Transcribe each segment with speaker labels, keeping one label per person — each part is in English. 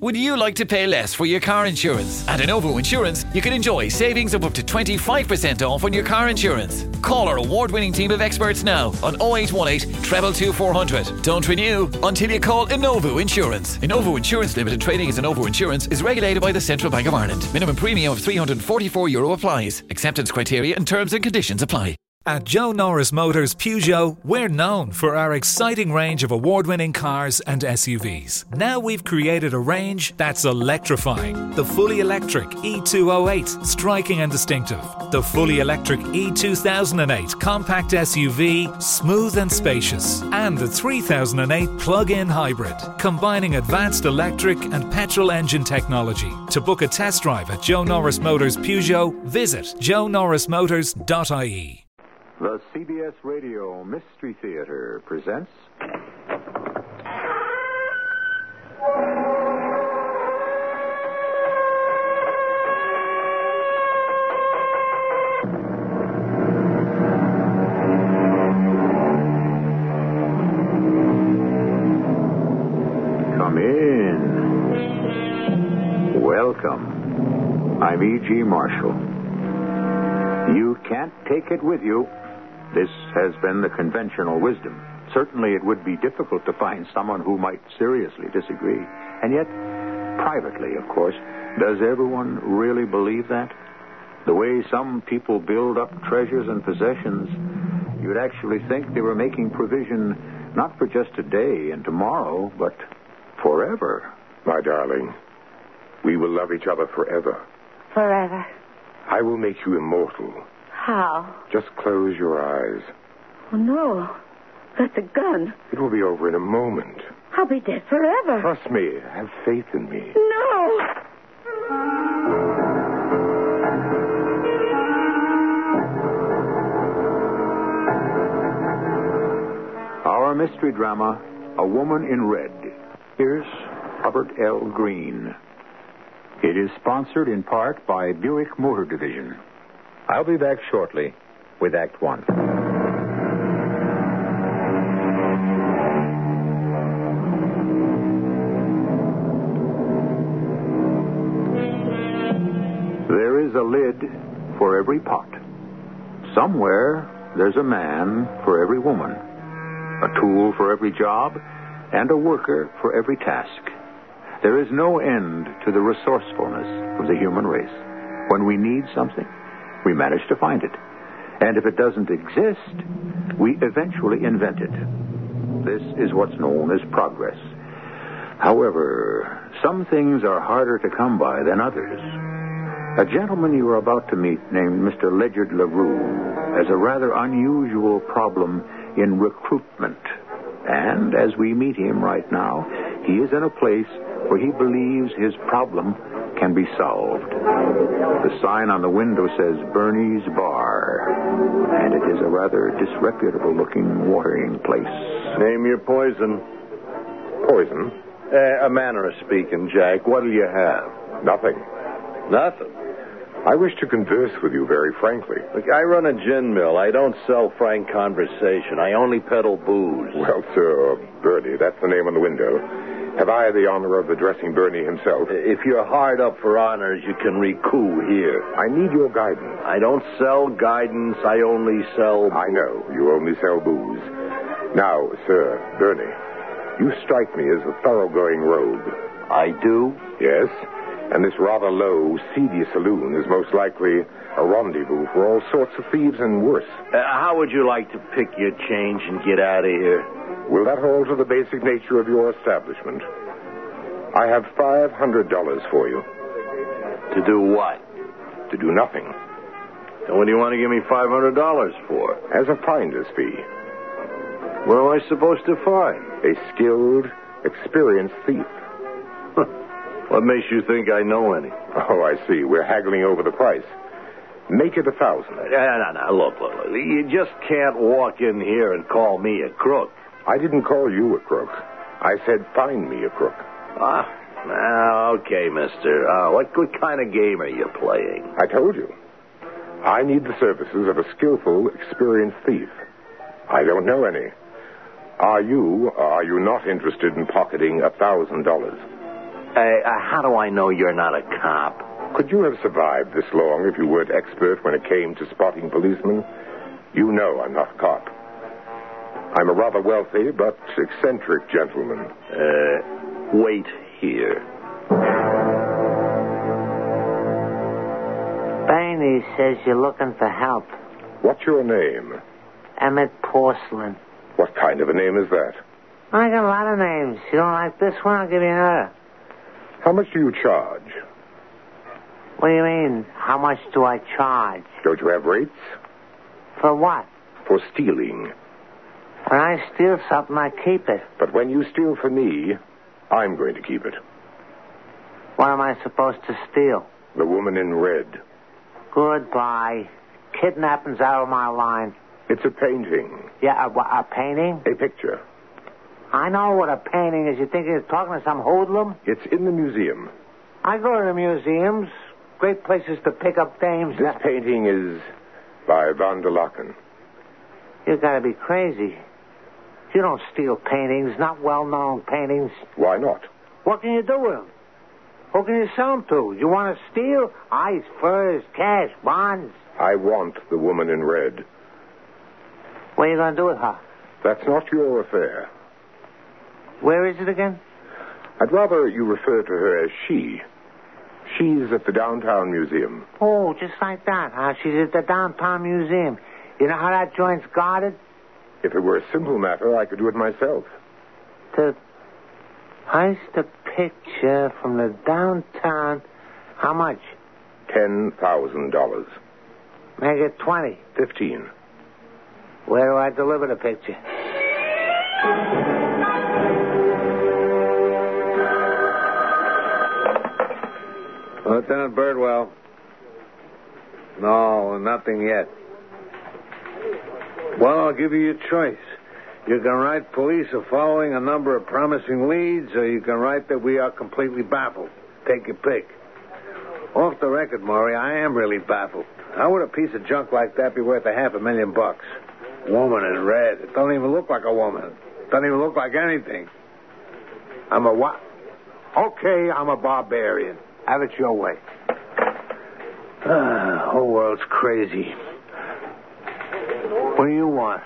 Speaker 1: Would you like to pay less for your car insurance? At Innovo Insurance, you can enjoy savings of up to 25% off on your car insurance. Call our award winning team of experts now on 0818 222 400. Don't renew until you call Innovo Insurance. Innovo Insurance Limited trading as Innovo Insurance is regulated by the Central Bank of Ireland. Minimum premium of €344 Euro applies. Acceptance criteria and terms and conditions apply.
Speaker 2: At Joe Norris Motors Peugeot, we're known for our exciting range of award winning cars and SUVs. Now we've created a range that's electrifying. The fully electric E E208, striking and distinctive. The fully electric E E2008 compact SUV, smooth and spacious. And the 3008 plug in hybrid, combining advanced electric and petrol engine technology. To book a test drive at Joe Norris Motors Peugeot, visit joenorrismotors.ie.
Speaker 3: The CBS Radio Mystery Theater presents. Come in. Welcome. I'm E.G. Marshall. You can't take it with you. This has been the conventional wisdom. Certainly, it would be difficult to find someone who might seriously disagree. And yet, privately, of course, does everyone really believe that? The way some people build up treasures and possessions, you'd actually think they were making provision not for just today and tomorrow, but forever.
Speaker 4: My darling, we will love each other forever.
Speaker 5: Forever.
Speaker 4: I will make you immortal.
Speaker 5: How?
Speaker 4: Just close your eyes.
Speaker 5: Oh, no. That's a gun.
Speaker 4: It will be over in a moment.
Speaker 5: I'll be dead forever.
Speaker 4: Trust me. Have faith in me.
Speaker 5: Oh, No!
Speaker 3: Our mystery drama, A Woman in Red. Here's Robert L. Green. It is sponsored in part by Buick Motor Division. I'll be back shortly with Act One. There is a lid for every pot. Somewhere there's a man for every woman, a tool for every job, and a worker for every task. There is no end to the resourcefulness of the human race. When we need something, we manage to find it. And if it doesn't exist, we eventually invent it. This is what's known as progress. However, some things are harder to come by than others. A gentleman you are about to meet, named Mr. Ledyard LaRue, has a rather unusual problem in recruitment. And as we meet him right now, he is in a place where he believes his problem can be solved. The sign on the window says Bernie's Bar, and it is a rather disreputable looking watering place.
Speaker 6: Name your poison.
Speaker 4: Poison?
Speaker 6: Uh, a manner of speaking, Jack. What'll you have?
Speaker 4: Nothing.
Speaker 6: Nothing.
Speaker 4: I wish to converse with you very frankly.
Speaker 6: Look, I run a gin mill. I don't sell frank conversation. I only peddle booze.
Speaker 4: Well, sir, Bernie, that's the name on the window. Have I the honor of addressing Bernie himself?
Speaker 6: If you're hard up for honors, you can recoup here.
Speaker 4: I need your guidance.
Speaker 6: I don't sell guidance. I only sell.
Speaker 4: I know. You only sell booze. Now, sir, Bernie, you strike me as a thoroughgoing rogue.
Speaker 6: I do.
Speaker 4: Yes, and this rather low, seedy saloon is most likely a rendezvous for all sorts of thieves and worse.
Speaker 6: Uh, how would you like to pick your change and get out of here?
Speaker 4: Will that alter the basic nature of your establishment? I have $500 for you
Speaker 6: To do what?
Speaker 4: to do nothing
Speaker 6: And what do you want to give me $500 for?
Speaker 4: as a finder's fee.
Speaker 6: What am I supposed to find?
Speaker 4: A skilled, experienced thief.
Speaker 6: What makes you think I know any?
Speaker 4: Oh, I see. We're haggling over the price. Make it a thousand.
Speaker 6: No, no, no. Look, look, look. You just can't walk in here and call me a crook.
Speaker 4: I didn't call you a crook. I said, find me a crook.
Speaker 6: Ah, now, okay, mister. Uh, what, what kind of game are you playing?
Speaker 4: I told you. I need the services of a skillful, experienced thief. I don't know any. Are you, or are you not interested in pocketing a thousand dollars?
Speaker 6: Uh, uh, how do I know you're not a cop?
Speaker 4: Could you have survived this long if you weren't expert when it came to spotting policemen? You know I'm not a cop. I'm a rather wealthy but eccentric gentleman.
Speaker 6: Uh, wait here.
Speaker 7: Barney says you're looking for help.
Speaker 4: What's your name?
Speaker 7: Emmett Porcelain.
Speaker 4: What kind of a name is that?
Speaker 7: I got a lot of names. You don't like this one? I'll give you another.
Speaker 4: How much do you charge?
Speaker 7: What do you mean? How much do I charge?
Speaker 4: Don't you have rates?
Speaker 7: For what?
Speaker 4: For stealing.
Speaker 7: When I steal something, I keep it.
Speaker 4: But when you steal for me, I'm going to keep it.
Speaker 7: What am I supposed to steal?
Speaker 4: The woman in red.
Speaker 7: Goodbye. Kidnapping's out of my line.
Speaker 4: It's a painting,
Speaker 7: Yeah, a, wha- a painting?
Speaker 4: a picture.
Speaker 7: I know what a painting is. You think you're talking to some hoodlum?
Speaker 4: It's in the museum.
Speaker 7: I go to the museums. Great places to pick up dames.
Speaker 4: This painting is by Van der Laken.
Speaker 7: You gotta be crazy. You don't steal paintings, not well known paintings.
Speaker 4: Why not?
Speaker 7: What can you do with them? Who can you sell them to? You want to steal? Ice, furs, cash, bonds.
Speaker 4: I want the woman in red.
Speaker 7: What are you going to do with her?
Speaker 4: That's not your affair.
Speaker 7: Where is it again?
Speaker 4: I'd rather you refer to her as she. She's at the downtown museum.
Speaker 7: Oh, just like that, huh? She's at the downtown museum. You know how that joint's guarded?
Speaker 4: If it were a simple matter, I could do it myself.
Speaker 7: To heist a picture from the downtown. How much?
Speaker 4: Ten thousand dollars.
Speaker 7: Make it 20.
Speaker 4: Fifteen.
Speaker 7: Where do I deliver the picture?
Speaker 8: Lieutenant Birdwell. No, nothing yet. Well, I'll give you your choice. You can write police are following a number of promising leads, or you can write that we are completely baffled. Take your pick. Off the record, Maury, I am really baffled. How would a piece of junk like that be worth a half a million bucks? Woman in red. It doesn't even look like a woman. Doesn't even look like anything. I'm a what? Okay, I'm a barbarian. Have it your way. Ah, whole world's crazy. What do you want?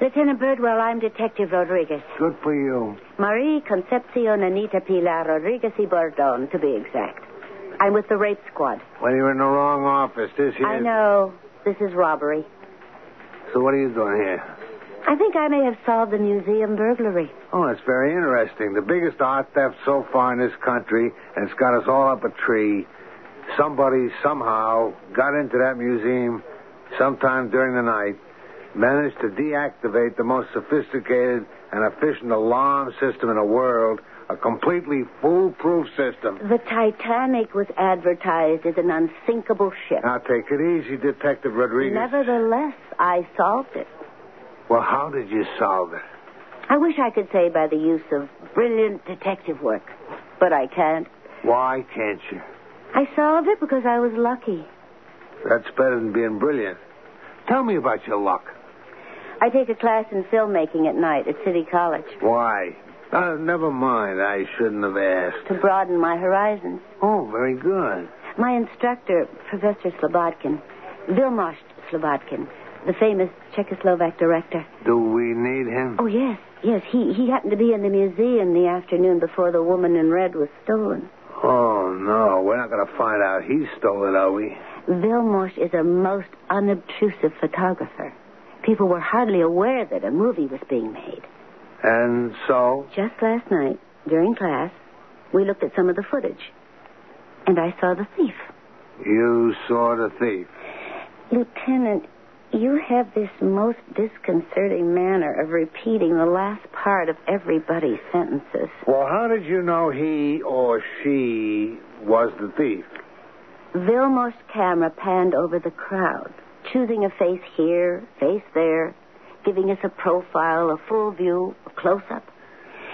Speaker 5: Lieutenant Birdwell, I'm Detective Rodriguez.
Speaker 8: Good for you.
Speaker 5: Marie Concepcion Anita Pilar Rodriguez y Bordon, to be exact. I'm with the rape squad.
Speaker 8: Well, you're in the wrong office. This here.
Speaker 5: I know this is robbery.
Speaker 8: So what are you doing here?
Speaker 5: I think I may have solved the museum burglary.
Speaker 8: Oh, that's very interesting. The biggest art theft so far in this country, and it's got us all up a tree. Somebody somehow got into that museum sometime during the night, managed to deactivate the most sophisticated and efficient alarm system in the world, a completely foolproof system.
Speaker 5: The Titanic was advertised as an unsinkable ship.
Speaker 8: Now take it easy, Detective Rodriguez.
Speaker 5: Nevertheless, I solved it.
Speaker 8: Well, how did you solve it?
Speaker 5: I wish I could say by the use of brilliant detective work, but I can't.
Speaker 8: Why can't you?
Speaker 5: I solved it because I was lucky.
Speaker 8: That's better than being brilliant. Tell me about your luck.
Speaker 5: I take a class in filmmaking at night at City College
Speaker 8: Why? Uh, never mind. I shouldn't have asked.
Speaker 5: to broaden my horizons.
Speaker 8: Oh, very good.
Speaker 5: My instructor, Professor Slobodkin, Vilmos Slobodkin, the famous Czechoslovak director.
Speaker 8: Do we need him?
Speaker 5: Oh, yes, yes, he, he happened to be in the museum the afternoon before the woman in red was stolen.
Speaker 8: Oh, no. We're not going to find out he stole it, are we?
Speaker 5: Vilmos is a most unobtrusive photographer. People were hardly aware that a movie was being made.
Speaker 8: And so?
Speaker 5: Just last night, during class, we looked at some of the footage, and I saw the thief.
Speaker 8: You saw the thief.
Speaker 5: Lieutenant, you have this most disconcerting manner of repeating the last part of everybody's sentences.
Speaker 8: Well, how did you know he or she was the thief?
Speaker 5: Vilmos' camera panned over the crowd, choosing a face here, face there, giving us a profile, a full view, a close up.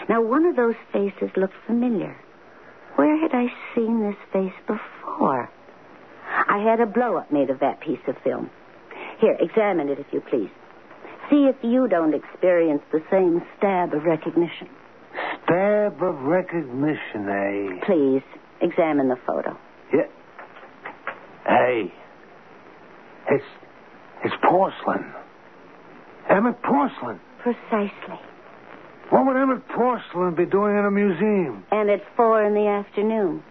Speaker 5: Now, one of those faces looked familiar. Where had I seen this face before? I had a blow up made of that piece of film. Here, examine it if you please. See if you don't experience the same stab of recognition.
Speaker 8: Stab of recognition, eh?
Speaker 5: Please, examine the photo.
Speaker 8: Yeah. Hey. It's it's porcelain. Emmett Porcelain.
Speaker 5: Precisely.
Speaker 8: What would Emmett Porcelain be doing in a museum?
Speaker 5: And at four in the afternoon.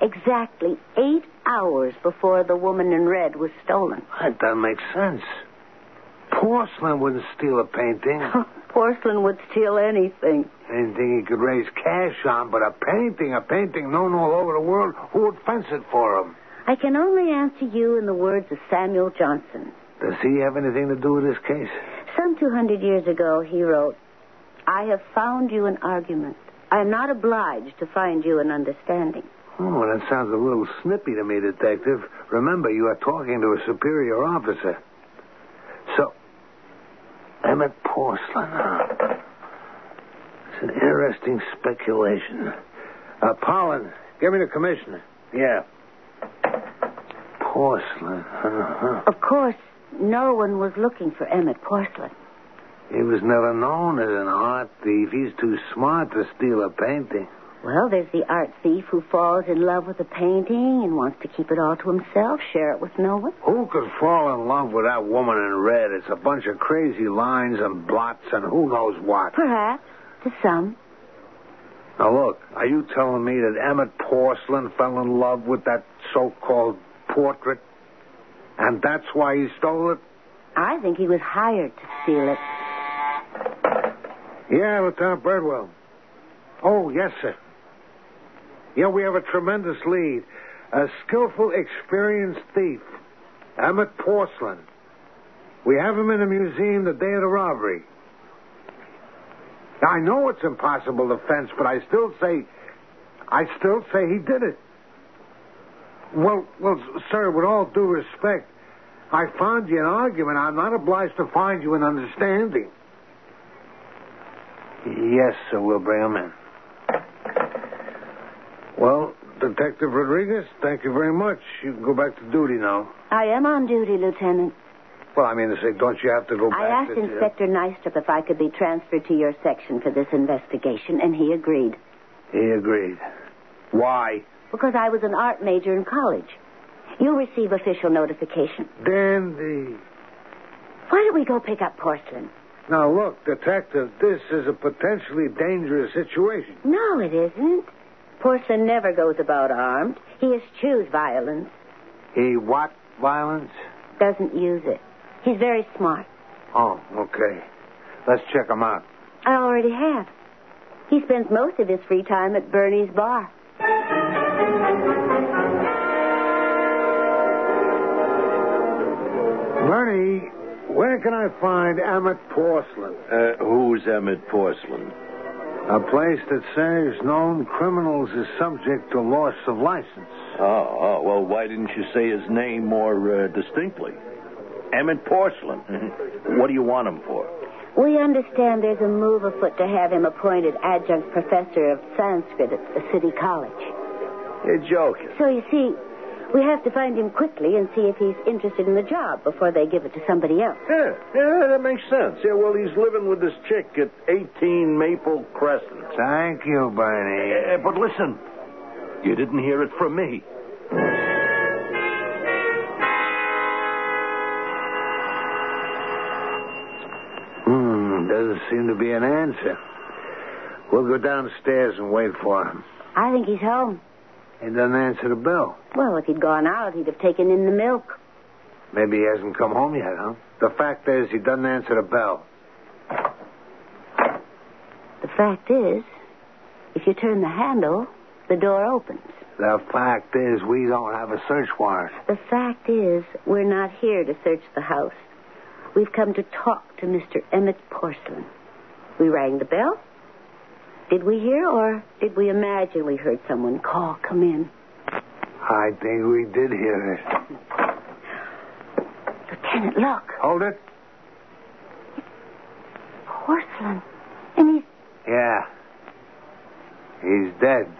Speaker 5: Exactly eight hours before the woman in red was stolen.
Speaker 8: That doesn't make sense. Porcelain wouldn't steal a painting.
Speaker 5: Porcelain would steal anything.
Speaker 8: Anything he could raise cash on, but a painting, a painting known all over the world, who would fence it for him?
Speaker 5: I can only answer you in the words of Samuel Johnson.
Speaker 8: Does he have anything to do with this case?
Speaker 5: Some 200 years ago, he wrote, I have found you an argument. I am not obliged to find you an understanding.
Speaker 8: Oh, well, that sounds a little snippy to me, Detective. Remember, you are talking to a superior officer. So, Emmett Porcelain, huh? It's an interesting speculation. Uh, Pollen, give me the commissioner. Yeah. Porcelain, uh-huh. huh?
Speaker 5: Of course, no one was looking for Emmett Porcelain.
Speaker 8: He was never known as an art thief. He's too smart to steal a painting.
Speaker 5: Well, there's the art thief who falls in love with a painting and wants to keep it all to himself, share it with no one.
Speaker 8: Who could fall in love with that woman in red? It's a bunch of crazy lines and blots and who knows what.
Speaker 5: Perhaps, to some.
Speaker 8: Now, look, are you telling me that Emmett Porcelain fell in love with that so called portrait? And that's why he stole it?
Speaker 5: I think he was hired to steal it.
Speaker 8: Yeah, Lieutenant Birdwell. Oh, yes, sir. Yeah, we have a tremendous lead. A skillful, experienced thief, Emmett Porcelain. We have him in a museum the day of the robbery. Now, I know it's impossible to fence, but I still say, I still say he did it. Well, well, s- sir, with all due respect, I found you an argument. I'm not obliged to find you an understanding. Yes, sir. We'll bring him in.
Speaker 9: Well, Detective Rodriguez, thank you very much. You can go back to duty now.
Speaker 5: I am on duty, Lieutenant.
Speaker 9: Well, I mean to say, don't you have to go back
Speaker 5: I asked
Speaker 9: to...
Speaker 5: Inspector Nystrup if I could be transferred to your section for this investigation, and he agreed.
Speaker 8: He agreed. Why?
Speaker 5: Because I was an art major in college. You'll receive official notification.
Speaker 8: Dandy.
Speaker 5: Why don't we go pick up porcelain?
Speaker 8: Now, look, Detective, this is a potentially dangerous situation.
Speaker 5: No, it isn't. Porcelain never goes about armed. He eschews violence,
Speaker 8: He what? Violence?
Speaker 5: doesn't use it. He's very smart.
Speaker 8: Oh, okay. Let's check him out.
Speaker 5: I already have. He spends most of his free time at Bernie's bar.
Speaker 8: Bernie, where can I find Emmett Porcelain?
Speaker 6: Uh, who's Emmett Porcelain?
Speaker 8: A place that says known criminals is subject to loss of license.
Speaker 6: Oh, oh well, why didn't you say his name more uh, distinctly? Emmett Porcelain. what do you want him for?
Speaker 5: We understand there's a move afoot to have him appointed adjunct professor of Sanskrit at the city college.
Speaker 6: You're joking.
Speaker 5: So you see, we have to find him quickly and see if he's interested in the job before they give it to somebody else.
Speaker 6: Yeah, yeah, that makes sense. Yeah, well, he's living with this chick at 18 Maple Crescent.
Speaker 8: Thank you,
Speaker 6: Eh,
Speaker 8: Bernie.
Speaker 6: but listen, you didn't hear it from me.
Speaker 8: Hmm, doesn't seem to be an answer. We'll go downstairs and wait for him.
Speaker 5: I think he's home.
Speaker 8: He doesn't answer the bell.
Speaker 5: Well, if he'd gone out, he'd have taken in the milk.
Speaker 8: Maybe he hasn't come home yet, huh? The fact is, he doesn't answer the bell.
Speaker 5: The fact is, if you turn the handle, the door opens.
Speaker 8: The fact is, we don't have a search warrant.
Speaker 5: The fact is, we're not here to search the house. We've come to talk to Mr. Emmett Porcelain. We rang the bell. Did we hear or did we imagine we heard someone call, come in?
Speaker 8: I think we did hear it.
Speaker 5: Lieutenant, look.
Speaker 8: Hold it?
Speaker 5: Porcelain. And he's.
Speaker 8: Yeah. He's dead.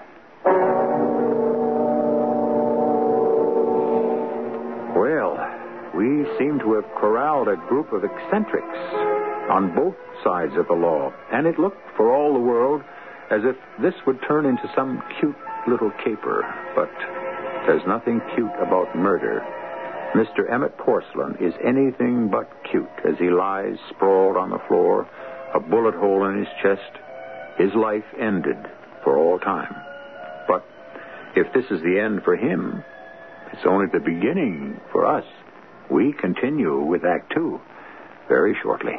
Speaker 3: Well, we seem to have corralled a group of eccentrics on both sides of the law, and it looked, for all the world, as if this would turn into some cute little caper. But there's nothing cute about murder. Mr. Emmett Porcelain is anything but cute as he lies sprawled on the floor, a bullet hole in his chest. His life ended for all time. But if this is the end for him, it's only the beginning for us. We continue with Act Two very shortly.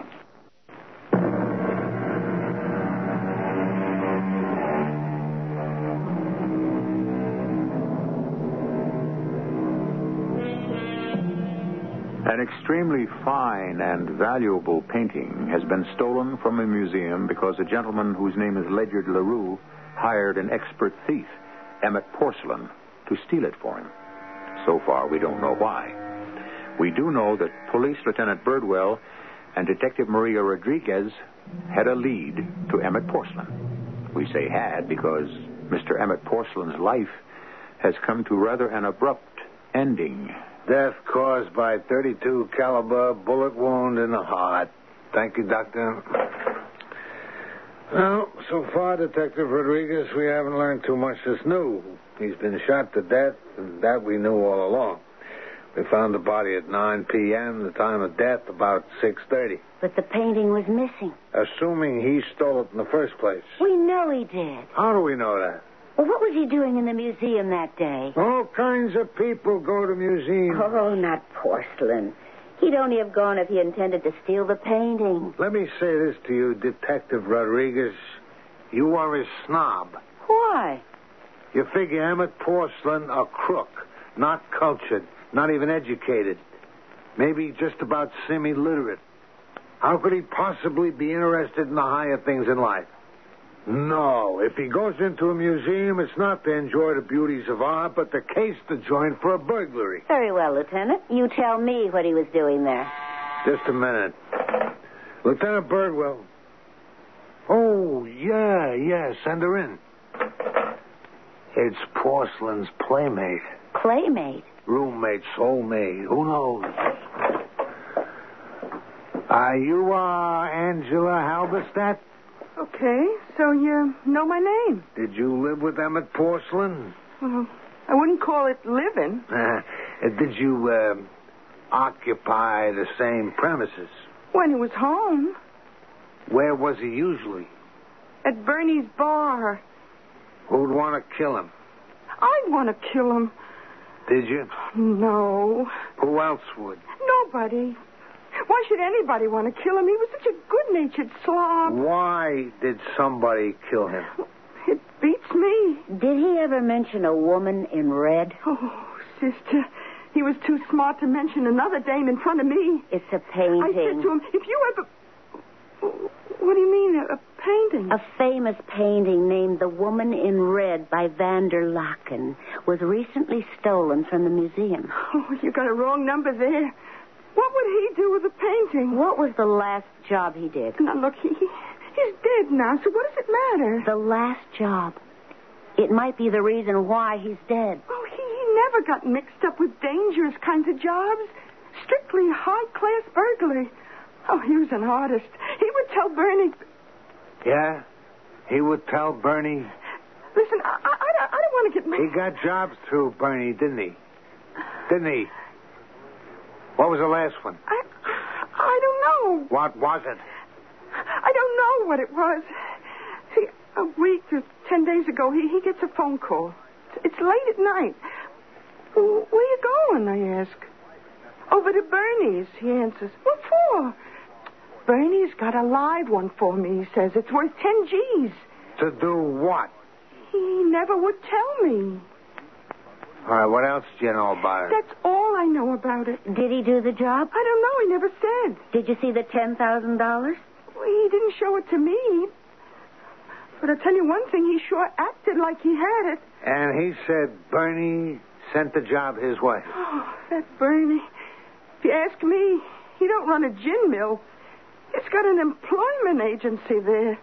Speaker 3: An extremely fine and valuable painting has been stolen from a museum because a gentleman whose name is Ledyard LaRue hired an expert thief, Emmett Porcelain, to steal it for him. So far, we don't know why. We do know that Police Lieutenant Birdwell and Detective Maria Rodriguez had a lead to Emmett Porcelain. We say had because Mr. Emmett Porcelain's life has come to rather an abrupt ending
Speaker 8: Death caused by 32 caliber bullet wound in the heart. Thank you, Doctor. Well, so far, Detective Rodriguez, we haven't learned too much that's new. He's been shot to death, and that we knew all along. We found the body at 9 p.m., the time of death about 6.30.
Speaker 5: But the painting was missing.
Speaker 8: Assuming he stole it in the first place.
Speaker 5: We know he did.
Speaker 8: How do we know that?
Speaker 5: Well, what was he doing in the museum that day?
Speaker 8: All kinds of people go to museums.
Speaker 5: Oh, not porcelain. He'd only have gone if he intended to steal the painting.
Speaker 8: Let me say this to you, Detective Rodriguez. You are a snob.
Speaker 5: Why?
Speaker 8: You figure Emmett Porcelain a crook, not cultured, not even educated. Maybe just about semi-literate. How could he possibly be interested in the higher things in life? No, if he goes into a museum, it's not to enjoy the beauties of art, but to case the joint for a burglary.
Speaker 5: Very well, Lieutenant. You tell me what he was doing there.
Speaker 8: Just a minute. Lieutenant Birdwell. Oh, yeah, yeah, send her in. It's Porcelain's playmate,
Speaker 5: Playmate.
Speaker 8: roommate, soulmate, who knows? Are you, uh, Angela Halberstadt?
Speaker 10: Okay, so you know my name.
Speaker 8: Did you live with Emmett Porcelain?
Speaker 10: Well, I wouldn't call it living.
Speaker 8: Uh, did you um occupy the same premises?
Speaker 10: When he was home,
Speaker 8: Where was he usually?
Speaker 10: at Bernie's bar,
Speaker 8: Who'd want to kill him?
Speaker 10: I'd want to kill him.
Speaker 8: Did you?
Speaker 10: No,
Speaker 8: Who else would?
Speaker 10: nobody. Why should anybody want to kill him? He was such a good-natured slob.
Speaker 8: Why did somebody kill him?
Speaker 10: It beats me.
Speaker 5: Did he ever mention a woman in red?
Speaker 10: Oh, sister, he was too smart to mention another dame in front of me.
Speaker 5: It's a
Speaker 10: I said
Speaker 5: painting.
Speaker 10: to him, if you ever... What do you mean, a, a painting?
Speaker 5: A famous painting named The Woman in Red by Van der Laken was recently stolen from the museum.
Speaker 10: Oh, you got a wrong number there. What would he do with a painting?
Speaker 5: What was the last job he did?
Speaker 10: Now, look, he, he's dead now, so what does it matter?
Speaker 5: The last job. It might be the reason why he's dead.
Speaker 10: Oh, he, he never got mixed up with dangerous kinds of jobs. Strictly high-class burglary. Oh, he was an artist. He would tell Bernie...
Speaker 8: Yeah? He would tell Bernie.
Speaker 10: Listen, I, I, I don't- I don't want to get...
Speaker 8: He
Speaker 10: mixed.
Speaker 8: got jobs through Bernie, didn't he? Didn't he? What was the last one?
Speaker 10: I, I don't know.
Speaker 8: What was it?
Speaker 10: I don't know what it was. See, a week or ten days ago, he, he gets a phone call. It's late at night. "W- Where you going, I ask. Over to Bernie's, he answers. What for? Bernie's got a live one for me, he says. It's worth ten G's.
Speaker 8: To do what?
Speaker 10: He never would tell me.
Speaker 8: All right, what else do you know about it?
Speaker 10: That's all I know about it.
Speaker 5: Did he do the job?
Speaker 10: I don't know. He never said.
Speaker 5: Did you see the $10,000?
Speaker 10: Well, he didn't show it to me. But I'll tell you one thing, he sure acted like he had it.
Speaker 8: And he said Bernie sent the job his way.
Speaker 10: Oh, that Bernie. If you ask me, he don't run a gin mill. He's got an employment agency there.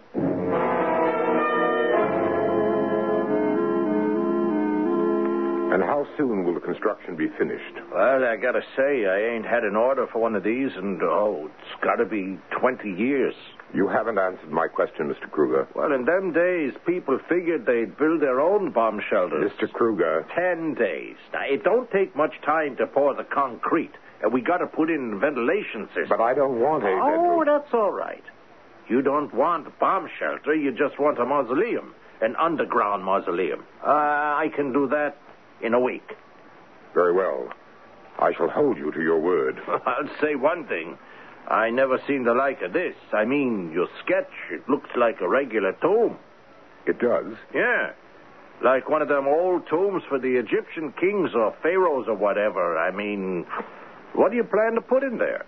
Speaker 4: And how soon will the construction be finished?
Speaker 6: Well, I gotta say, I ain't had an order for one of these, and oh, it's gotta be 20 years.
Speaker 4: You haven't answered my question, Mr. Kruger.
Speaker 6: Well, in them days, people figured they'd build their own bomb shelters.
Speaker 4: Mr. Kruger,
Speaker 6: Ten days. Now, it don't take much time to pour the concrete, and we gotta put in ventilation systems.
Speaker 4: but I don't want a
Speaker 6: Oh,
Speaker 4: bedroom.
Speaker 6: that's all right. You don't want bomb shelter. You just want a mausoleum, an underground mausoleum. Uh, I can do that in a week.
Speaker 4: Very well. I shall hold you to your word.
Speaker 6: I'll say one thing. I never seen the like of this. I mean, your sketch, it looks like a regular tomb.
Speaker 4: It does.
Speaker 6: Yeah. Like one of them old tombs for the Egyptian kings or pharaohs or whatever. I mean, what do you plan to put in there?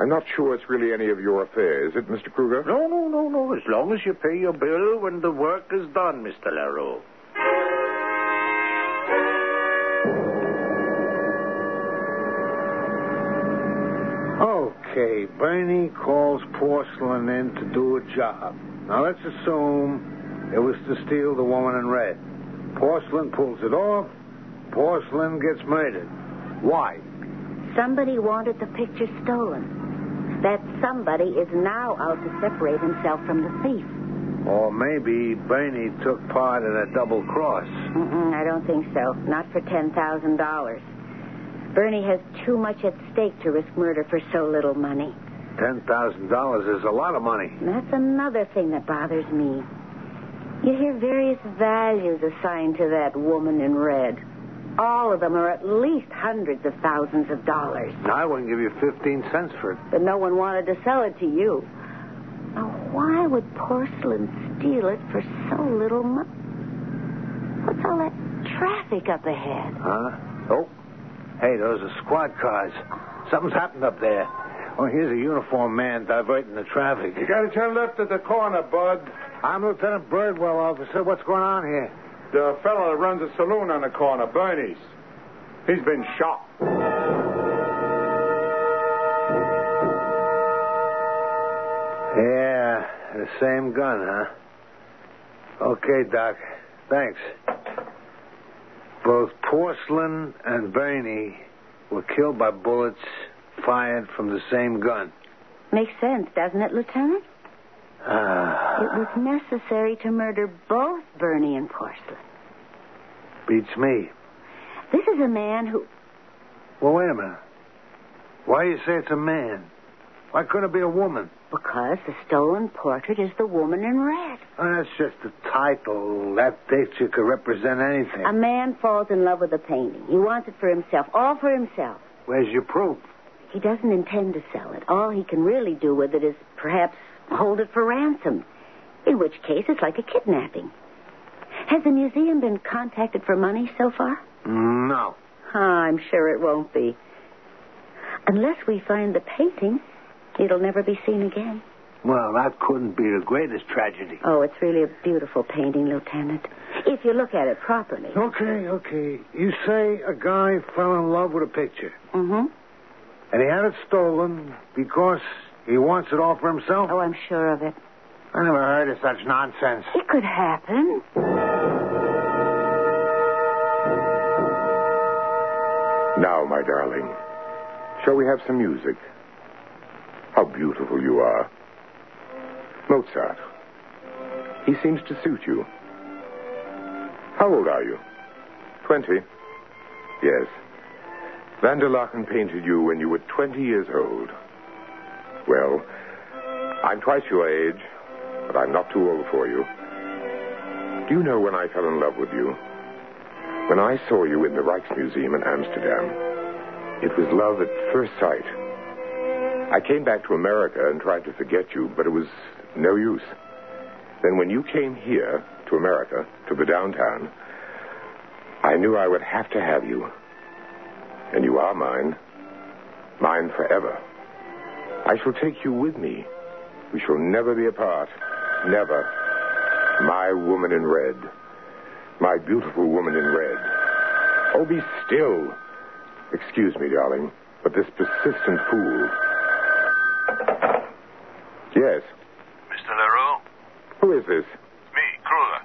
Speaker 4: I'm not sure it's really any of your affair, is it, Mr. Kruger?
Speaker 6: No, no, no, no. As long as you pay your bill when the work is done, Mr. LaRue.
Speaker 8: Okay, Bernie calls porcelain in to do a job. Now let's assume it was to steal the woman in red. Porcelain pulls it off. Porcelain gets murdered. Why?
Speaker 5: Somebody wanted the picture stolen. That somebody is now out to separate himself from the thief.
Speaker 8: Or maybe Bernie took part in a double cross.
Speaker 5: Mm-mm, Mm-hmm, I don't think so. Not for $10,000. Bernie has too much at stake to risk murder for so little money.
Speaker 8: Ten thousand dollars is a lot of money.
Speaker 5: And that's another thing that bothers me. You hear various values assigned to that woman in red. All of them are at least hundreds of thousands of dollars.
Speaker 8: I wouldn't give you fifteen cents for it.
Speaker 5: But no one wanted to sell it to you. Now, why would porcelain steal it for so little money? What's all that traffic up ahead?
Speaker 8: Huh? Oh. Hey, those are squad cars. Something's happened up there. Oh, here's a uniformed man diverting the traffic.
Speaker 7: You gotta turn left at the corner, Bud.
Speaker 8: I'm Lieutenant Birdwell, officer. What's going on here?
Speaker 7: The fellow that runs a saloon on the corner, Bernie's. He's been shot.
Speaker 8: Yeah, the same gun, huh? Okay, Doc. Thanks. Both Porcelain and Bernie were killed by bullets fired from the same gun.
Speaker 5: Makes sense, doesn't it, Lieutenant?
Speaker 8: Ah,
Speaker 5: It was necessary to murder both Bernie and Porcelain.
Speaker 8: beats me.
Speaker 5: This is a man who.
Speaker 8: Well, wait a minute. Why you say it's a man? Why couldn't it be a woman?
Speaker 5: Because the stolen portrait is the woman in red.
Speaker 8: Oh, that's just a title. That picture could represent anything.
Speaker 5: A man falls in love with a painting. He wants it for himself, all for himself.
Speaker 8: Where's your proof?
Speaker 5: He doesn't intend to sell it. All he can really do with it is perhaps hold it for ransom, in which case it's like a kidnapping. Has the museum been contacted for money so far?
Speaker 8: No.
Speaker 5: Ah, I'm sure it won't be. Unless we find the painting, it'll never be seen again.
Speaker 8: Well, that couldn't be the greatest tragedy.
Speaker 5: Oh, it's really a beautiful painting, Lieutenant. If you look at it properly.
Speaker 8: Okay, okay. You say a guy fell in love with a picture,
Speaker 5: Mm-hmm.
Speaker 8: and he had it stolen because he wants it all for himself?
Speaker 5: Oh, I'm sure of it.
Speaker 8: I never heard of such nonsense.
Speaker 5: It could happen.
Speaker 4: Now, my darling, shall we have some music? How beautiful you are. Mozart. He seems to suit you. How old are you? Twenty. Yes. Van der Laken painted you when you were twenty years old. Well, I'm twice your age, but I'm not too old for you. Do you know when I fell in love with you? When I saw you in the Rijksmuseum in Amsterdam, it was love at first sight. I came back to America and tried to forget you, but it was no use. Then when you came here to America, to the downtown, I knew I would have to have you. And you are mine. Mine forever. I shall take you with me. We shall never be apart. Never. My woman in red. My beautiful woman in red. Oh, be still. Excuse me, darling, but this persistent fool. Yes.
Speaker 11: Mr. LaRue?
Speaker 4: Who is this?
Speaker 11: It's me, Kruger.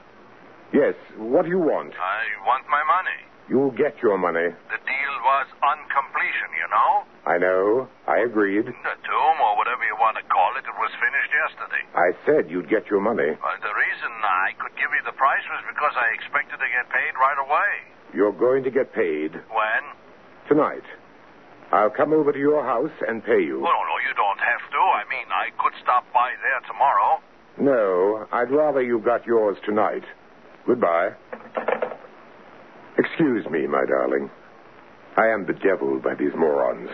Speaker 4: Yes. What do you want?
Speaker 11: I want my money.
Speaker 4: You'll get your money.
Speaker 11: The deal was on completion, you know?
Speaker 4: I know. I agreed.
Speaker 11: The tomb, or whatever you want to call it, it was finished yesterday.
Speaker 4: I said you'd get your money.
Speaker 11: Uh, the reason I could give you the price was because I expected to get paid right away.
Speaker 4: You're going to get paid
Speaker 11: When?
Speaker 4: tonight. I'll come over to your house and pay you.
Speaker 11: Well, no, you don't have to. I mean, I could stop by there tomorrow.
Speaker 4: No, I'd rather you got yours tonight. Goodbye. Excuse me, my darling. I am bedeviled by these morons.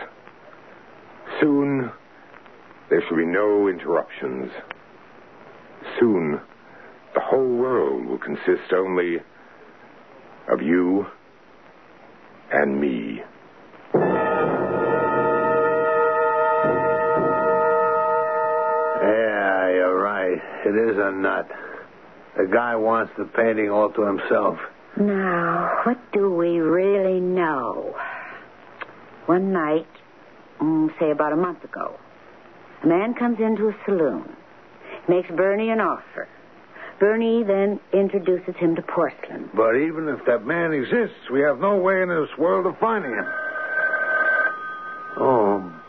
Speaker 4: Soon, there shall be no interruptions. Soon, the whole world will consist only of you and me.
Speaker 8: Yeah, you're right. It is a nut. The guy wants the painting all to himself.
Speaker 5: Now, what do we really know? One night, mm, say about a month ago, a man comes into a saloon, makes Bernie an offer. Bernie then introduces him to porcelain.
Speaker 7: But even if that man exists, we have no way in this world of finding him.
Speaker 8: Oh,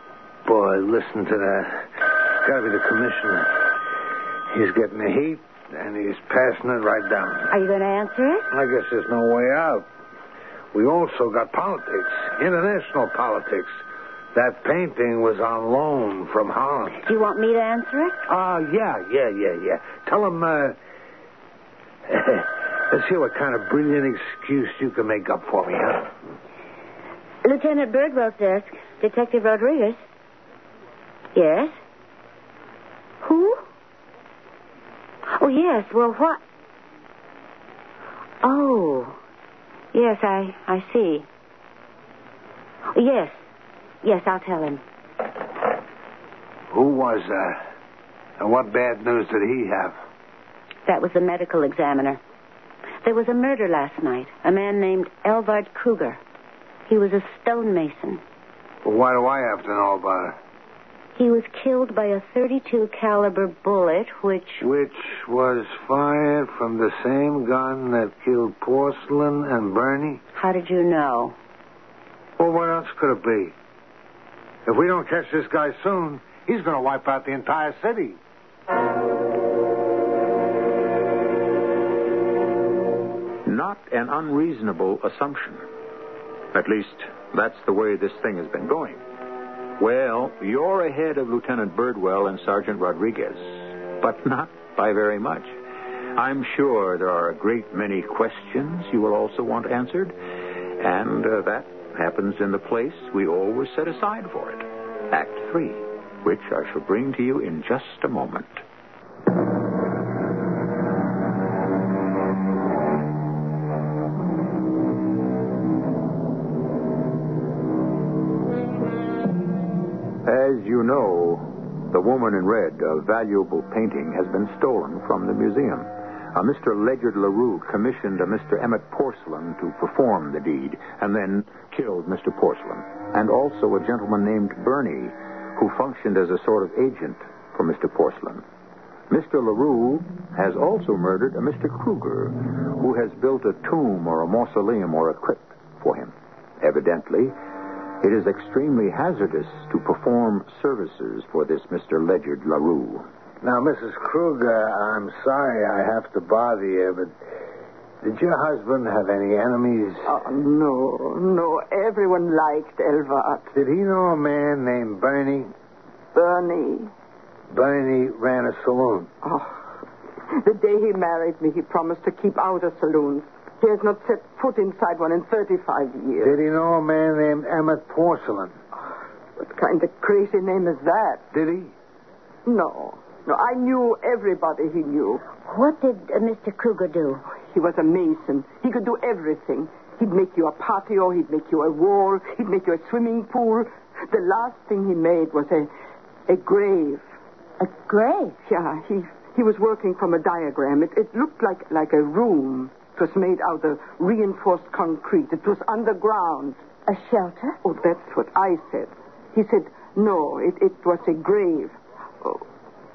Speaker 8: boy, listen to that. Gotta be the commissioner. He's getting the heat, and he's passing it right down.
Speaker 5: Are you going to answer it?
Speaker 8: I guess there's no way out. We also got politics, international politics. That painting was on loan from Holland.
Speaker 5: Do you want me to answer it?
Speaker 8: Ah, yeah, yeah, yeah, yeah. Tell him, uh... Let's hear what kind of brilliant excuse you can make up for me, huh?
Speaker 5: Lieutenant Birdwell's desk, Detective Rodriguez. Yes? Who? Oh, yes. Well, what? Oh. Yes, I, I see. Yes. Yes, I'll tell him.
Speaker 8: Who was that? And what bad news did he have?
Speaker 5: That was the medical examiner. There was a murder last night. A man named Elvard Kruger. He was a stonemason.
Speaker 8: Well, why do I have to know about it?
Speaker 5: He was killed by a 32 caliber bullet, which
Speaker 8: Which was fired from the same gun that killed Porcelain and Bernie?
Speaker 5: How did you know?
Speaker 8: Well, what else could it be? If we don't catch this guy soon, he's going to wipe out the entire city.
Speaker 3: Not an unreasonable assumption. At least, that's the way this thing has been going. Well, you're ahead of Lieutenant Birdwell and Sergeant Rodriguez, but not by very much. I'm sure there are a great many questions you will also want answered, and uh, that happens in the place we always set aside for it Act Three, which I shall bring to you in just a moment. As you know, the woman in red, a valuable painting, has been stolen from the museum. A Mr. Ledyard LaRue commissioned a Mr. Emmett Porcelain to perform the deed and then killed Mr. Porcelain, and also a gentleman named Bernie, who functioned as a sort of agent for Mr. Porcelain. Mr. LaRue has also murdered a Mr. Kruger, who has built a tomb or a mausoleum or a crypt for him. Evidently, it is extremely hazardous to perform services for this Mr. Ledyard LaRue.
Speaker 8: Now, Mrs. Kruger, I'm sorry I have to bother you, but did your husband have any enemies?
Speaker 10: Oh, no, no. Everyone liked Elvard.
Speaker 8: Did he know a man named Bernie?
Speaker 10: Bernie.
Speaker 8: Bernie ran a saloon.
Speaker 10: Oh, the day he married me, he promised to keep out of saloons. He has not set foot inside one in 35 years.
Speaker 8: Did he know a man named Emmett Porcelain?
Speaker 10: What kind of crazy name is that?
Speaker 8: Did he?
Speaker 10: No. No, I knew everybody he knew.
Speaker 5: What did uh, Mr. Kruger do?
Speaker 10: He was a mason. He could do everything. He'd make you a patio, he'd make you a wall, he'd make you a swimming pool. The last thing he made was a, a grave.
Speaker 5: A grave.
Speaker 10: Yeah, he, he was working from a diagram. It, it looked like, like a room. It was made out of reinforced concrete. It was underground.
Speaker 5: A shelter?
Speaker 10: Oh, that's what I said. He said, no, it, it was a grave. Oh,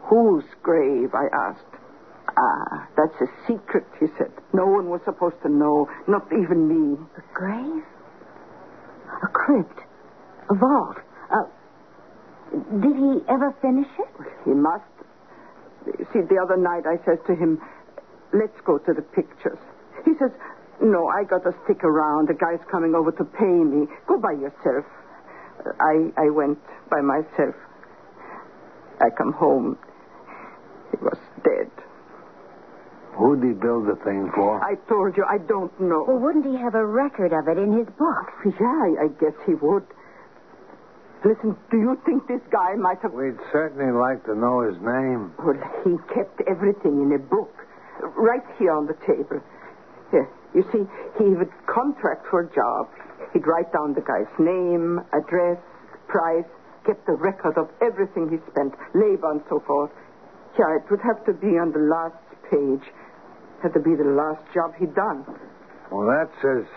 Speaker 10: whose grave? I asked. Ah, that's a secret, he said. No one was supposed to know, not even me.
Speaker 5: A grave? crypt, a vault. Uh, did he ever finish it?
Speaker 10: He must. See, the other night I says to him, let's go to the pictures. He says, no, I got to stick around. The guy's coming over to pay me. Go by yourself. Uh, I, I went by myself. I come home. He was dead.
Speaker 8: Who'd he build the thing for?
Speaker 10: I told you, I don't know.
Speaker 5: Well, wouldn't he have a record of it in his book?
Speaker 10: Yeah, I, I guess he would. Listen, do you think this guy might have.
Speaker 8: We'd certainly like to know his name.
Speaker 10: Well, he kept everything in a book, right here on the table. Here, you see, he would contract for a job. He'd write down the guy's name, address, price, kept a record of everything he spent, labor and so forth. Yeah, it would have to be on the last page. Had to be the last job he'd done.
Speaker 8: Well, that says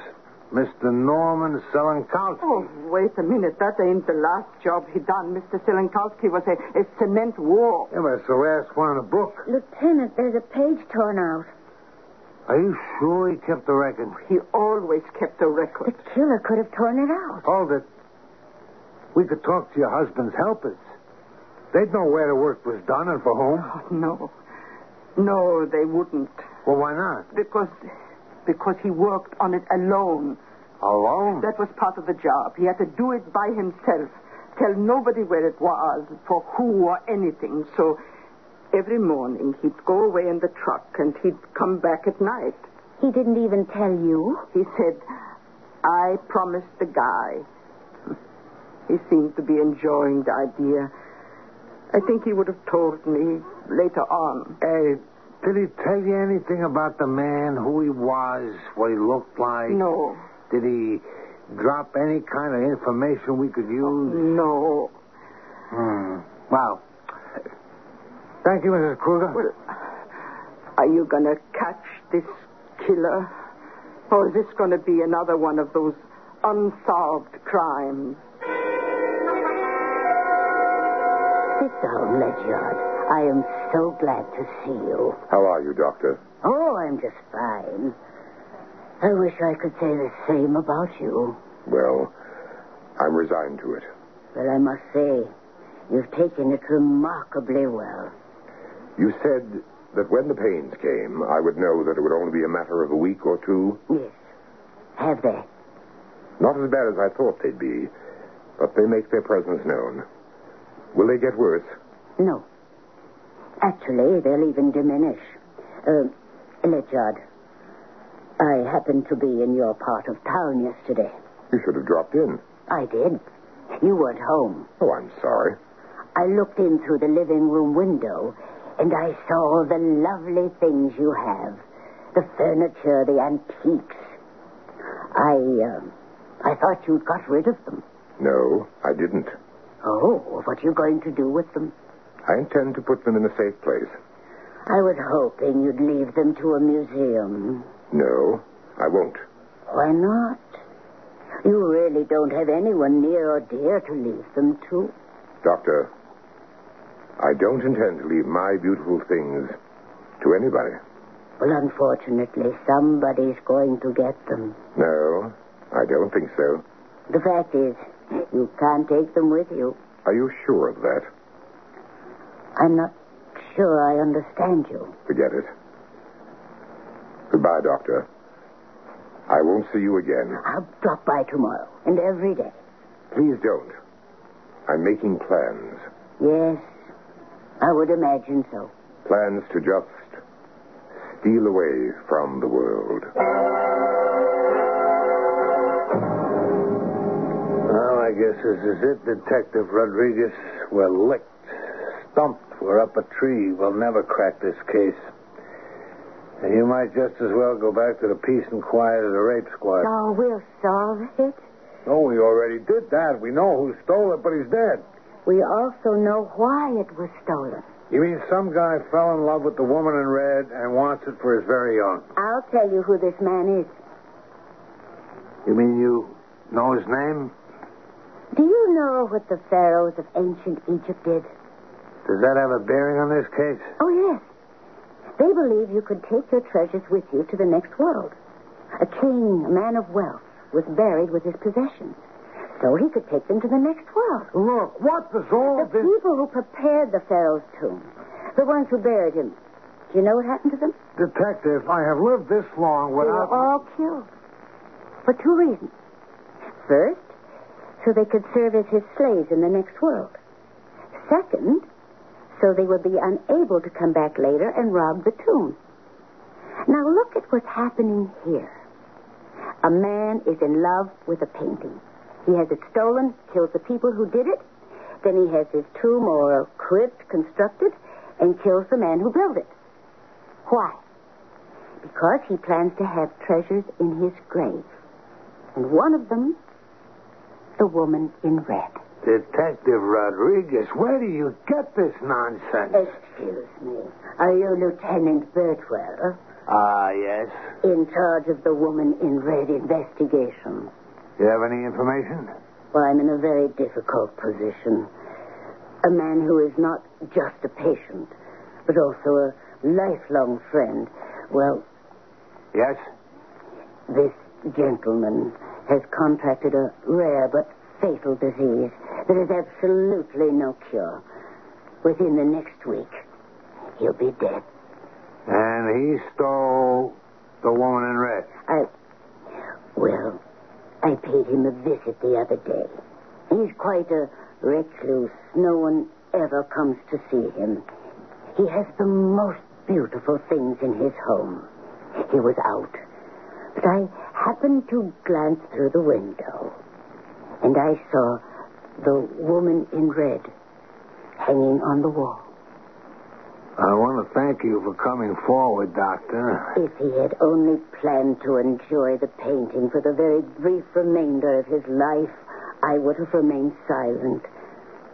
Speaker 8: Mr. Norman Selenkowski.
Speaker 10: Oh, wait a minute. That ain't the last job he done. Mr. Selenkowski was a, a cement wall.
Speaker 8: Yeah, but it's the last one in the book.
Speaker 5: Lieutenant, there's a page torn out.
Speaker 8: Are you sure he kept the record?
Speaker 10: He always kept a record.
Speaker 5: The killer could have torn it out.
Speaker 8: Hold it. We could talk to your husband's helpers. They'd know where the work was done and for whom.
Speaker 10: Oh, no. No, they wouldn't.
Speaker 8: Well, why not?
Speaker 10: Because, because he worked on it alone.
Speaker 8: Alone?
Speaker 10: That was part of the job. He had to do it by himself. Tell nobody where it was, for who or anything. So every morning he'd go away in the truck and he'd come back at night.
Speaker 5: He didn't even tell you.
Speaker 10: He said, I promised the guy. He seemed to be enjoying the idea. I think he would have told me later on.
Speaker 8: Hey, did he tell you anything about the man, who he was, what he looked like?
Speaker 10: No.
Speaker 8: Did he drop any kind of information we could
Speaker 10: Mm.
Speaker 8: use?
Speaker 10: No.
Speaker 8: Hmm. Wow. Thank you, Mrs. Kruger.
Speaker 10: Well, are you going to catch this killer? Or is this going to be another one of those unsolved crimes?
Speaker 12: Mr. Ledyard, I am so glad to see you.
Speaker 4: How are you, Doctor?
Speaker 12: Oh, I'm just fine. I wish I could say the same about you.
Speaker 4: Well, I'm resigned to it.
Speaker 12: Well, I must say, you've taken it remarkably well.
Speaker 4: You said that when the pains came, I would know that it would only be a matter of a week or two.
Speaker 12: Yes. Have they?
Speaker 4: Not as bad as I thought they'd be, but they make their presence known. Will they get worse?
Speaker 12: No. Actually, they'll even diminish. Uh, Ledyard, I happened to be in your part of town yesterday.
Speaker 4: You should have dropped in.
Speaker 12: I did. You weren't home.
Speaker 4: Oh, I'm sorry.
Speaker 12: I looked in through the living room window, and I saw the lovely things you have the furniture, the antiques. I, um, I thought you'd got rid of them.
Speaker 4: No, I didn't.
Speaker 12: Oh, what are you going to do with them?
Speaker 4: I intend to put them in a safe place.
Speaker 12: I was hoping you'd leave them to a museum.
Speaker 4: No, I won't.
Speaker 12: Why not? You really don't have anyone near or dear to leave them to.
Speaker 4: Doctor, I don't intend to leave my beautiful things to anybody.
Speaker 12: Well, unfortunately, somebody's going to get them.
Speaker 4: No, I don't think so.
Speaker 12: The fact is, you can't take them with you.
Speaker 4: Are you sure of that?
Speaker 12: I'm not sure I understand you.
Speaker 4: Forget it. Goodbye, Doctor. I won't see you again.
Speaker 12: I'll drop by tomorrow and every day.
Speaker 4: Please don't. I'm making plans.
Speaker 12: Yes, I would imagine so.
Speaker 4: Plans to just steal away from the world.
Speaker 8: Well, I guess this is it, Detective Rodriguez. We're licked, stumped. We're up a tree. We'll never crack this case. And you might just as well go back to the peace and quiet of the rape squad.
Speaker 5: Oh, we'll solve it.
Speaker 8: No, we already did that. We know who stole it, but he's dead.
Speaker 5: We also know why it was stolen.
Speaker 8: You mean some guy fell in love with the woman in red and wants it for his very own?
Speaker 5: I'll tell you who this man is.
Speaker 8: You mean you know his name?
Speaker 5: Do you know what the pharaohs of ancient Egypt did?
Speaker 8: Does that have a bearing on this case?
Speaker 5: Oh, yes. They believe you could take your treasures with you to the next world. A king, a man of wealth, was buried with his possessions. so he could take them to the next world.
Speaker 8: Look, what does all
Speaker 5: the people who prepared the pharaoh's tomb, the ones who buried him, do you know what happened to them?
Speaker 8: Detective, I have lived this long
Speaker 5: They were
Speaker 8: without.
Speaker 5: all killed for two reasons. First, so they could serve as his slaves in the next world. Second, so they would be unable to come back later and rob the tomb. Now look at what's happening here. A man is in love with a painting. He has it stolen, kills the people who did it. Then he has his tomb or crypt constructed and kills the man who built it. Why? Because he plans to have treasures in his grave. And one of them, the woman in red.
Speaker 8: Detective Rodriguez, where do you get this nonsense?
Speaker 5: Excuse me. Are you Lieutenant Birtwell?
Speaker 8: Ah, yes.
Speaker 5: In charge of the woman in red investigation.
Speaker 8: You have any information?
Speaker 5: Well, I'm in a very difficult position. A man who is not just a patient, but also a lifelong friend. Well,
Speaker 8: Yes?
Speaker 5: This gentleman has contracted a rare but fatal disease that is absolutely no cure. Within the next week, he'll be dead.
Speaker 8: And he stole the woman in red.
Speaker 5: I. Well, I paid him a visit the other day. He's quite a recluse. No one ever comes to see him. He has the most beautiful things in his home. He was out. But I happened to glance through the window, and I saw the woman in red hanging on the wall.
Speaker 8: I want to thank you for coming forward, Doctor.
Speaker 5: If he had only planned to enjoy the painting for the very brief remainder of his life, I would have remained silent.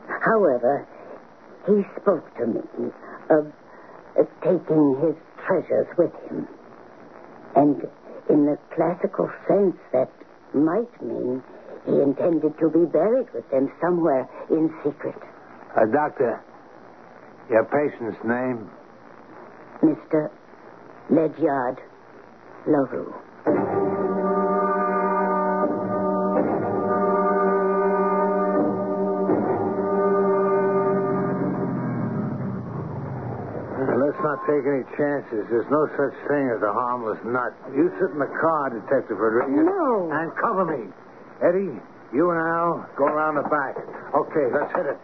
Speaker 5: However, he spoke to me of uh, taking his treasures with him. And in the classical sense, that might mean he intended to be buried with them somewhere in secret.
Speaker 8: Uh, doctor, your patient's name?
Speaker 5: Mr. Ledyard Larue.
Speaker 8: Uh, Let's not take any chances. There's no such thing as a harmless nut. You sit in the car, Detective Rodriguez.
Speaker 5: No.
Speaker 8: And cover me. Eddie, you and Al, go around the back. Okay, let's hit it.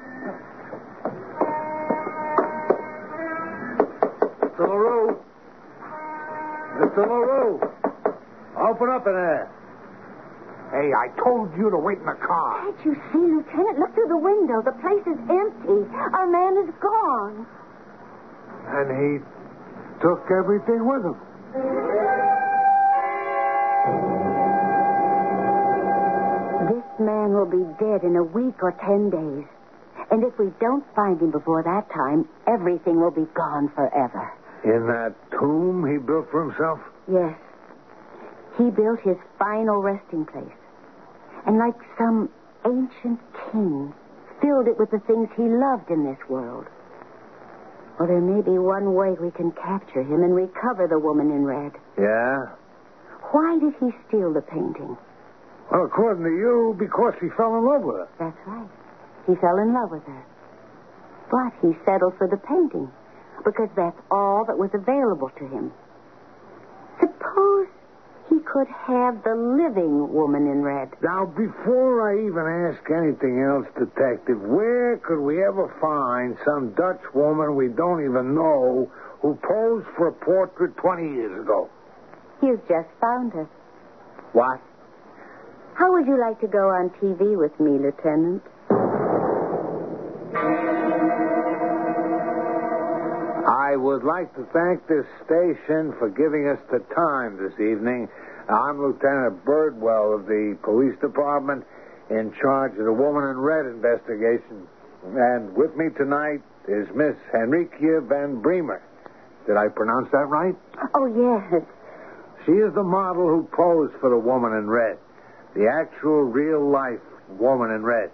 Speaker 8: Mr. LaRue. Mr. LaRue. Open up in there. Hey, I told you to wait in the car.
Speaker 13: Can't you see, Lieutenant? Look through the window. The place is empty. Our man is gone.
Speaker 8: And he took everything with him.
Speaker 5: This man will be dead in a week or ten days. And if we don't find him before that time, everything will be gone forever.
Speaker 8: In that tomb he built for himself?
Speaker 5: Yes. He built his final resting place. And like some ancient king, filled it with the things he loved in this world. Well, there may be one way we can capture him and recover the woman in red.
Speaker 8: Yeah?
Speaker 5: Why did he steal the painting?
Speaker 8: Well, according to you, because he fell in love with her.
Speaker 5: That's right. He fell in love with her. But he settled for the painting because that's all that was available to him. Suppose he could have the living woman in red.
Speaker 8: Now, before I even ask anything else, Detective, where could we ever find some Dutch woman we don't even know who posed for a portrait 20 years ago?
Speaker 5: You've just found her.
Speaker 8: What?
Speaker 5: How would you like to go on TV with me, Lieutenant?
Speaker 8: I would like to thank this station for giving us the time this evening. I'm Lieutenant Birdwell of the Police Department in charge of the Woman in Red investigation. And with me tonight is Miss Henrikia Van Bremer. Did I pronounce that right?
Speaker 5: Oh, yes.
Speaker 8: She is the model who posed for the woman in red, the actual real life woman in red,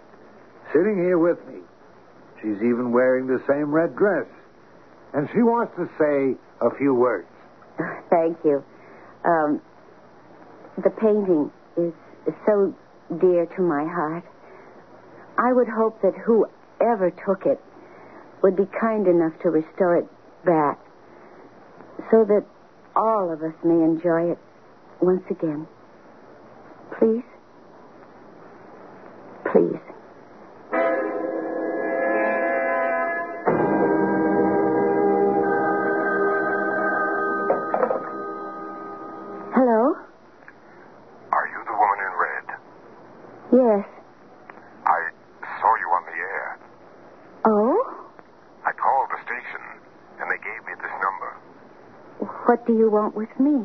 Speaker 8: sitting here with me. She's even wearing the same red dress. And she wants to say a few words.
Speaker 5: Thank you. Um, the painting is so dear to my heart. I would hope that whoever took it would be kind enough to restore it back so that all of us may enjoy it once again. Please? Please. Hello?
Speaker 14: Are you the woman in red?
Speaker 5: Yes.
Speaker 14: I saw you on the air.
Speaker 5: Oh?
Speaker 14: I called the station, and they gave me this number.
Speaker 5: What do you want with me?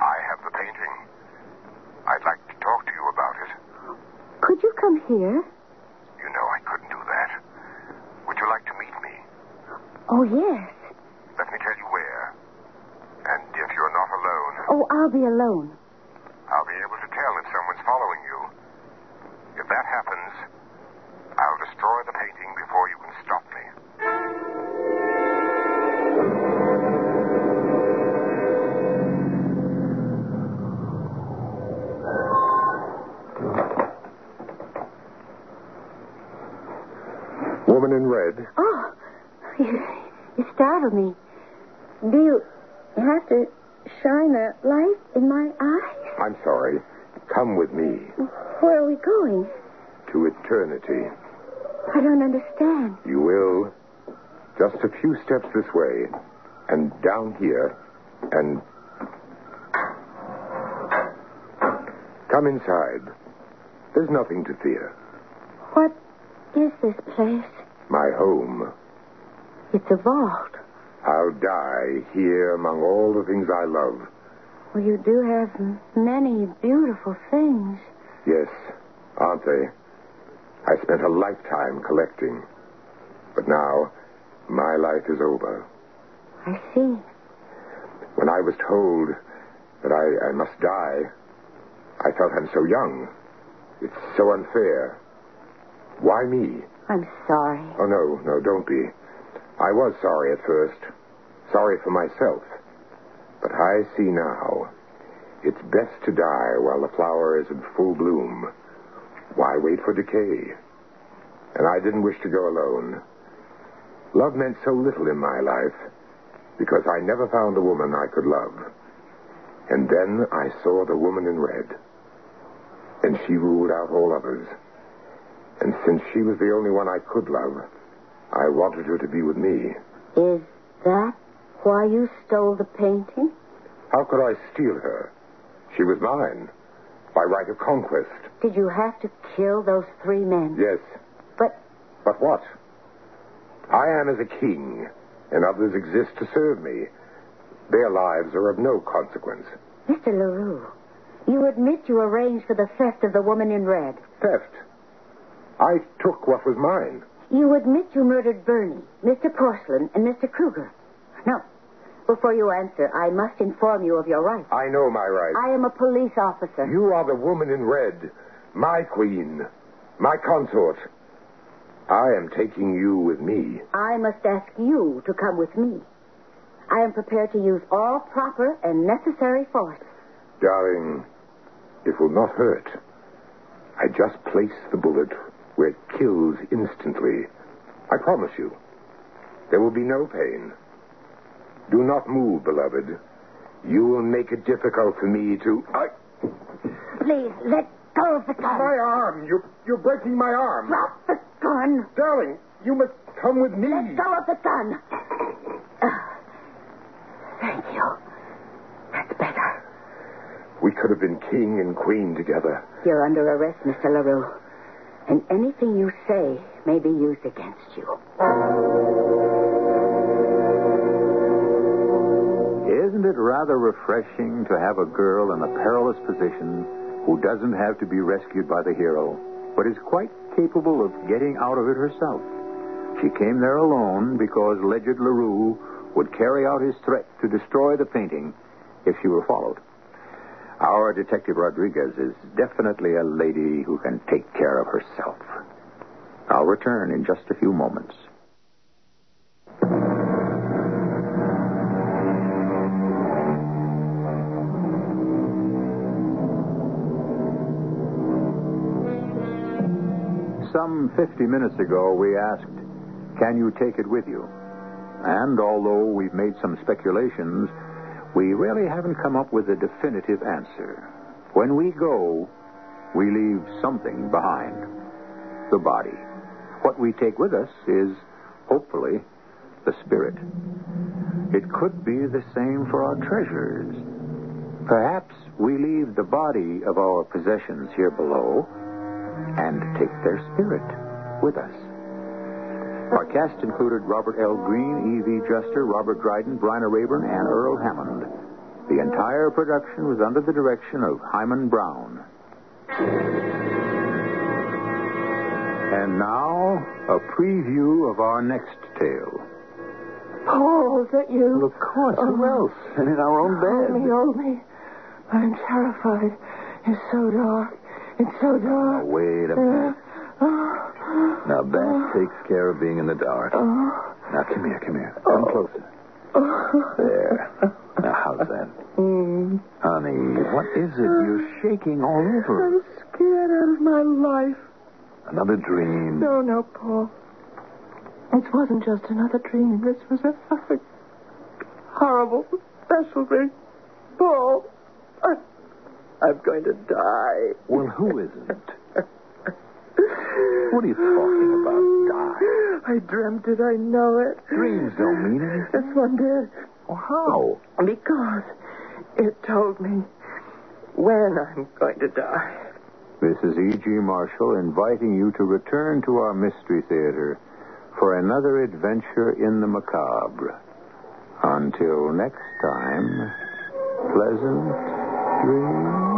Speaker 14: I have the painting. I'd like to talk to you about it.
Speaker 5: Could you come here?
Speaker 14: You know I couldn't do that. Would you like to meet me?
Speaker 5: Oh, yes.
Speaker 14: Let me tell you where. And if you're not alone,
Speaker 5: Oh, I'll be alone.
Speaker 14: I'll be able to tell if someone's following you. If that happens, I'll destroy the painting before you can stop me.
Speaker 4: Woman in red.
Speaker 5: Oh, you, you startled me. Do you have to shine a light in my eye?
Speaker 4: I'm sorry. Come with me
Speaker 5: Where are we going?
Speaker 4: to eternity.
Speaker 5: I don't understand.
Speaker 4: You will. Just a few steps this way, and down here, and. Come inside. There's nothing to fear.
Speaker 5: What is this place?
Speaker 4: My home.
Speaker 5: It's a vault.
Speaker 4: I'll die here among all the things I love.
Speaker 5: Well, you do have m- many beautiful things.
Speaker 4: Yes, aren't they? I spent a lifetime collecting. But now, my life is over.
Speaker 5: I see.
Speaker 4: When I was told that I, I must die, I felt I'm so young. It's so unfair. Why me?
Speaker 5: I'm sorry.
Speaker 4: Oh, no, no, don't be. I was sorry at first. Sorry for myself. But I see now. It's best to die while the flower is in full bloom. Why wait for decay? And I didn't wish to go alone. Love meant so little in my life because I never found a woman I could love. And then I saw the woman in red. And she ruled out all others. And since she was the only one I could love, I wanted her to be with me.
Speaker 5: Is that why you stole the painting?
Speaker 4: How could I steal her? She was mine. By right of conquest.
Speaker 5: Did you have to kill those three men?
Speaker 4: Yes.
Speaker 5: But-
Speaker 4: But what? I am as a king, and others exist to serve me. Their lives are of no consequence.
Speaker 5: Mr. LaRue, you admit you arranged for the theft of the woman in red.
Speaker 4: Theft. I took what was mine.
Speaker 5: You admit you murdered Bernie, Mr. Porcelain, and Mr. Kruger. Now, before you answer, I must inform you of your rights.
Speaker 4: I know my rights.
Speaker 5: I am a police officer.
Speaker 4: You are the woman in red, my queen, my consort. I am taking you with me.
Speaker 5: I must ask you to come with me. I am prepared to use all proper and necessary force.
Speaker 4: Darling, it will not hurt. I just place the bullet where it kills instantly. I promise you. There will be no pain. Do not move, beloved. You will make it difficult for me to. I...
Speaker 5: Please, let go of the gun.
Speaker 4: My arm! You're, you're breaking my arm!
Speaker 5: Drop the gun.
Speaker 4: Darling, you must come with me.
Speaker 5: Let go of the gun. Ah. Thank you. That's better.
Speaker 4: We could have been king and queen together.
Speaker 5: You're under arrest, Mr. LaRue. And anything you say may be used against you.
Speaker 15: Isn't it rather refreshing to have a girl in a perilous position who doesn't have to be rescued by the hero, but is quite capable of getting out of it herself? She came there alone because Ledyard LaRue would carry out his threat to destroy the painting if she were followed. Our Detective Rodriguez is definitely a lady who can take care of herself. I'll return in just a few moments.
Speaker 3: Some 50 minutes ago, we asked, Can you take it with you? And although we've made some speculations, we really haven't come up with a definitive answer. When we go, we leave something behind the body. What we take with us is, hopefully, the spirit. It could be the same for our treasures. Perhaps we leave the body of our possessions here below and take their spirit with us. Our cast included Robert L. Green, E.V. Juster, Robert Dryden, Bryna Rayburn, and Earl Hammond. The entire production was under the direction of Hyman Brown. And now, a preview of our next tale.
Speaker 10: Paul, is that you?
Speaker 3: Of course, who else? And in our own
Speaker 10: Hold
Speaker 3: bed.
Speaker 10: me, hold me. I'm terrified. It's so dark. It's so dark.
Speaker 16: Wait a minute. Now, that takes care of being in the dark. Now, come here, come here. Come closer. There. Now, how's that?
Speaker 10: Mm.
Speaker 16: Honey, what is it? You're shaking all over.
Speaker 10: I'm scared out of my life.
Speaker 16: Another dream.
Speaker 10: No, no, Paul. It wasn't just another dream. This was a perfect, horrible, special dream. Paul, I, I'm going to die.
Speaker 16: Well, who isn't? What are you talking about, die?
Speaker 10: I dreamt it. I know it.
Speaker 16: Dreams don't mean anything.
Speaker 10: This one did.
Speaker 16: How?
Speaker 10: Because it told me when I'm going to die.
Speaker 3: This is E.G. Marshall inviting you to return to our Mystery Theater for another adventure in the macabre. Until next time, pleasant dreams.